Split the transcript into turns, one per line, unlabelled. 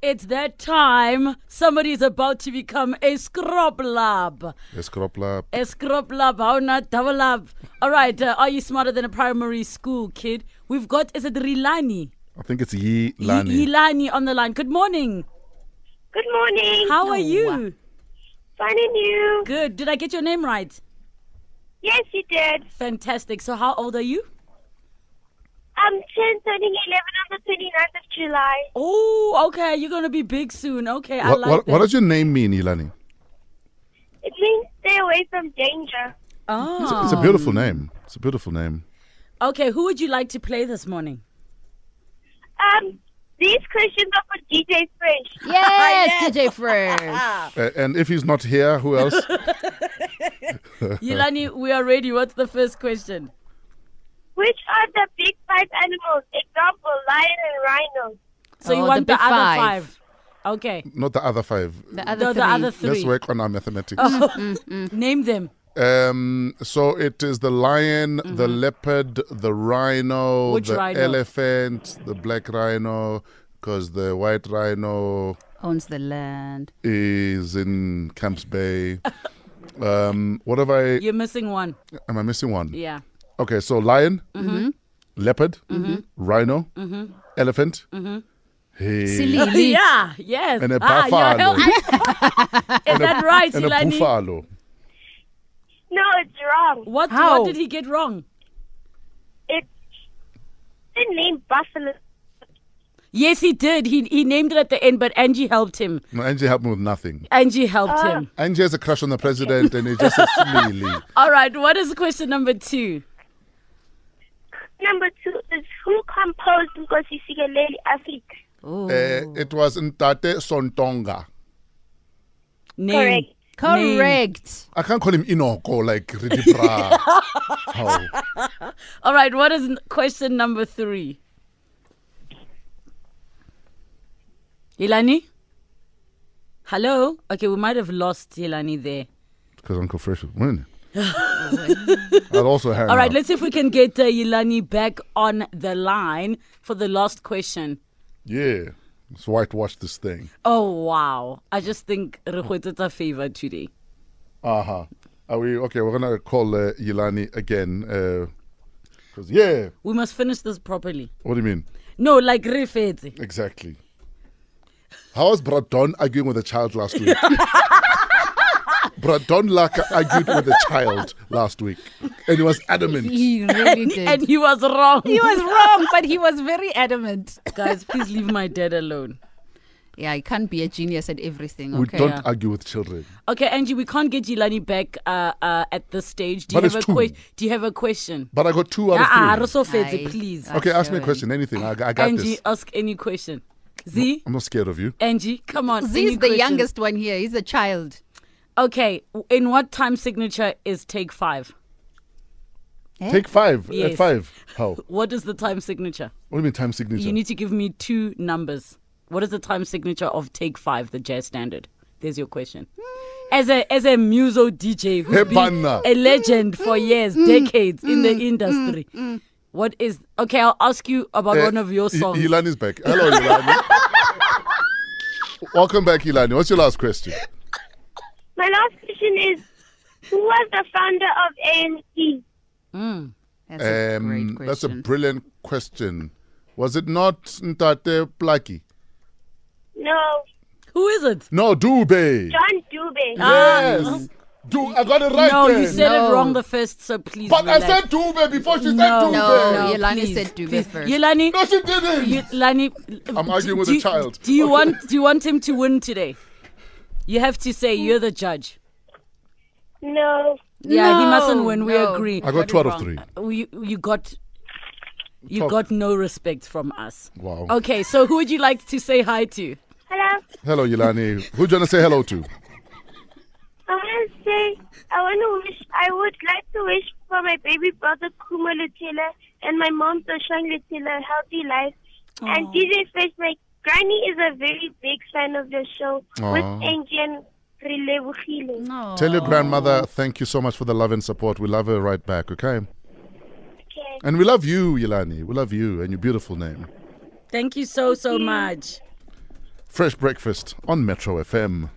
It's that time. Somebody's about to become a scrub lab.
A scrub lab.
A scrub lab, how not double up. All right, uh, are you smarter than a primary school kid? We've got, is it Rilani?
I think it's Yi
Y-
Lani.
Yilani on the line. Good morning.
Good morning.
How are you?
Fine and you?
Good. Did I get your name right?
Yes, you did.
Fantastic. So, how old are you?
I'm 10, Um, turning 11 on the 29th of July.
Oh, okay. You're going to be big soon. Okay, I
what,
like
what,
that.
what does your name mean, Ilani?
It means stay away from danger.
Ah.
It's a beautiful name. It's a beautiful name.
Okay, who would you like to play this morning?
Um, these questions are for DJ Fresh.
Yes, DJ Fresh.
Uh, and if he's not here, who else?
Yilani, we are ready. What's the first question?
Which are the big five animals? Example, lion and rhino.
So, you
Oh, the
want the,
big
other
five.
five? Okay.
not the other five.
The other
No,
three.
the other
Let's
three. Oh.
work on our mathematics.
Mm-hmm.
Name them.
Um, so it is the lion, the leopard, the rhino,
Mm-hmm. Which
the
rhino?
elephant, the black rhino, because the white rhino
Owns the land.
is in Camps Bay. um, what have I?
You're missing one.
Am I missing one?
Yeah.
Okay, so lion,
Mm-hmm.
leopard, rhino, elephant.
Mm-hmm.
Hey.
Silili.
Yeah, yes.
And a
Ah, you're
buffalo.
helping. Is that right,
And a
Yilani?
buffalo.
No, it's wrong.
What,
How?
what did he get wrong?
It's the name buffalo.
Yes, he did. He he named it at the end, but Angie helped him.
No, Angie helped me with nothing.
Angie helped
Uh,
him.
Angie has a crush on the president and he just says silly.
All right. What is question number two?
Number two is who composed Nkosisikele Africa?
Ooh.
Uh, it was Ntate Sontonga.
Name.
Correct.
Correct.
I can't call him Inoko like Ridi Bra. oh.
All right. What is n- question number three? Ilani. Hello. Okay, we might have lost Ilani there.
Because Uncle Fresh was winning. I'll also hang
Oh, All right.
up.
Let's see if we can get uh, Ilani back on the line for the last question.
Yeah. Let's whitewash this thing.
Oh wow! I just think Rukhuet's a favor today.
Uh huh. Are we okay? We're gonna call uh, Yilani again. Because yeah,
We must finish this properly.
what do you mean?
No, like Rifetzi.
Exactly. How was Bradon arguing with a child last week? Bradon Laka argued with a child last week, and he was adamant.
He really did.
and he was wrong.
he was wrong, but he was very adamant.
Guys, please leave my dad alone.
Yeah, you can't be a genius at everything.
we
Okay.
don't
yeah.
argue with children.
Okay, Angie, we can't get Jilani back uh, uh, at this stage. Do
But
you
it's
have a
two.
question? Do you have a question?
But I got two out
Ah,
of three.
Rosso Fetzi,
Aye.
please.
Aye.
Okay, ask me a
Sure.
question. Anything. I, I got
Angie,
this.
ask any question. Z,
I'm not scared of you.
Angie, come on. any
He's the
question.
youngest one here. He's a child.
Okay, w- in what time signature is take five?
Eh?
Take five. At
Yes.
five. How?
What is the time signature?
What do you mean time signature?
You need to give me two numbers. What is the time signature of take five, the jazz standard? There's your question.
Hmm.
As a as a muso DJ who's
Hey,
been
partner.
a legend for
Hmm.
years, decades in the industry. What is okay? I'll ask you about
Uh,
one of your
Y-
songs.
Yilani's back. Hello, Yilani. Welcome back, Yilani. What's your last question?
My last question is who was the founder of ANC?
That's a great question.
Um, that's a brilliant question. Was it not Ntate Plaki?
No,
Who is it?
No, Dube.
John Dube.
Yes. Du- I got it right
Ah. no, you
then.
said it
No.
wrong the first, so please.
but I
relax.
said Dube before she said
No,
Dube.
no,
no,
Yelani
please,
said Dube
please.
first.
Yelani,
No, she didn't.
Lani,
I'm arguing with a child.
Do you want do you want him to win today? You have to say you're the judge.
No.
Yeah, he
No,
mustn't win. We
no.
agree.
I got two out of three.
You you got you
Talk.
got no respect from us.
Wow.
Okay, so who would you like to say hi to?
Hello.
Hello, Yilani. Who do you want to say hello to?
I want to say, I want to wish, I would like to wish for my baby brother Kuma Lutela and my mom Toshang Lutela a healthy life. And DJ Fresh, my granny is a very big fan of your show
Aw.
with Angie and Rilevogile.
no.
Tell your grandmother thank you so much for the love and support. We love her right back, okay?
Okay.
And we love you, Yilani. We love you and your beautiful name.
Mm.
Thank you so so much.
Fresh breakfast on Metro FM.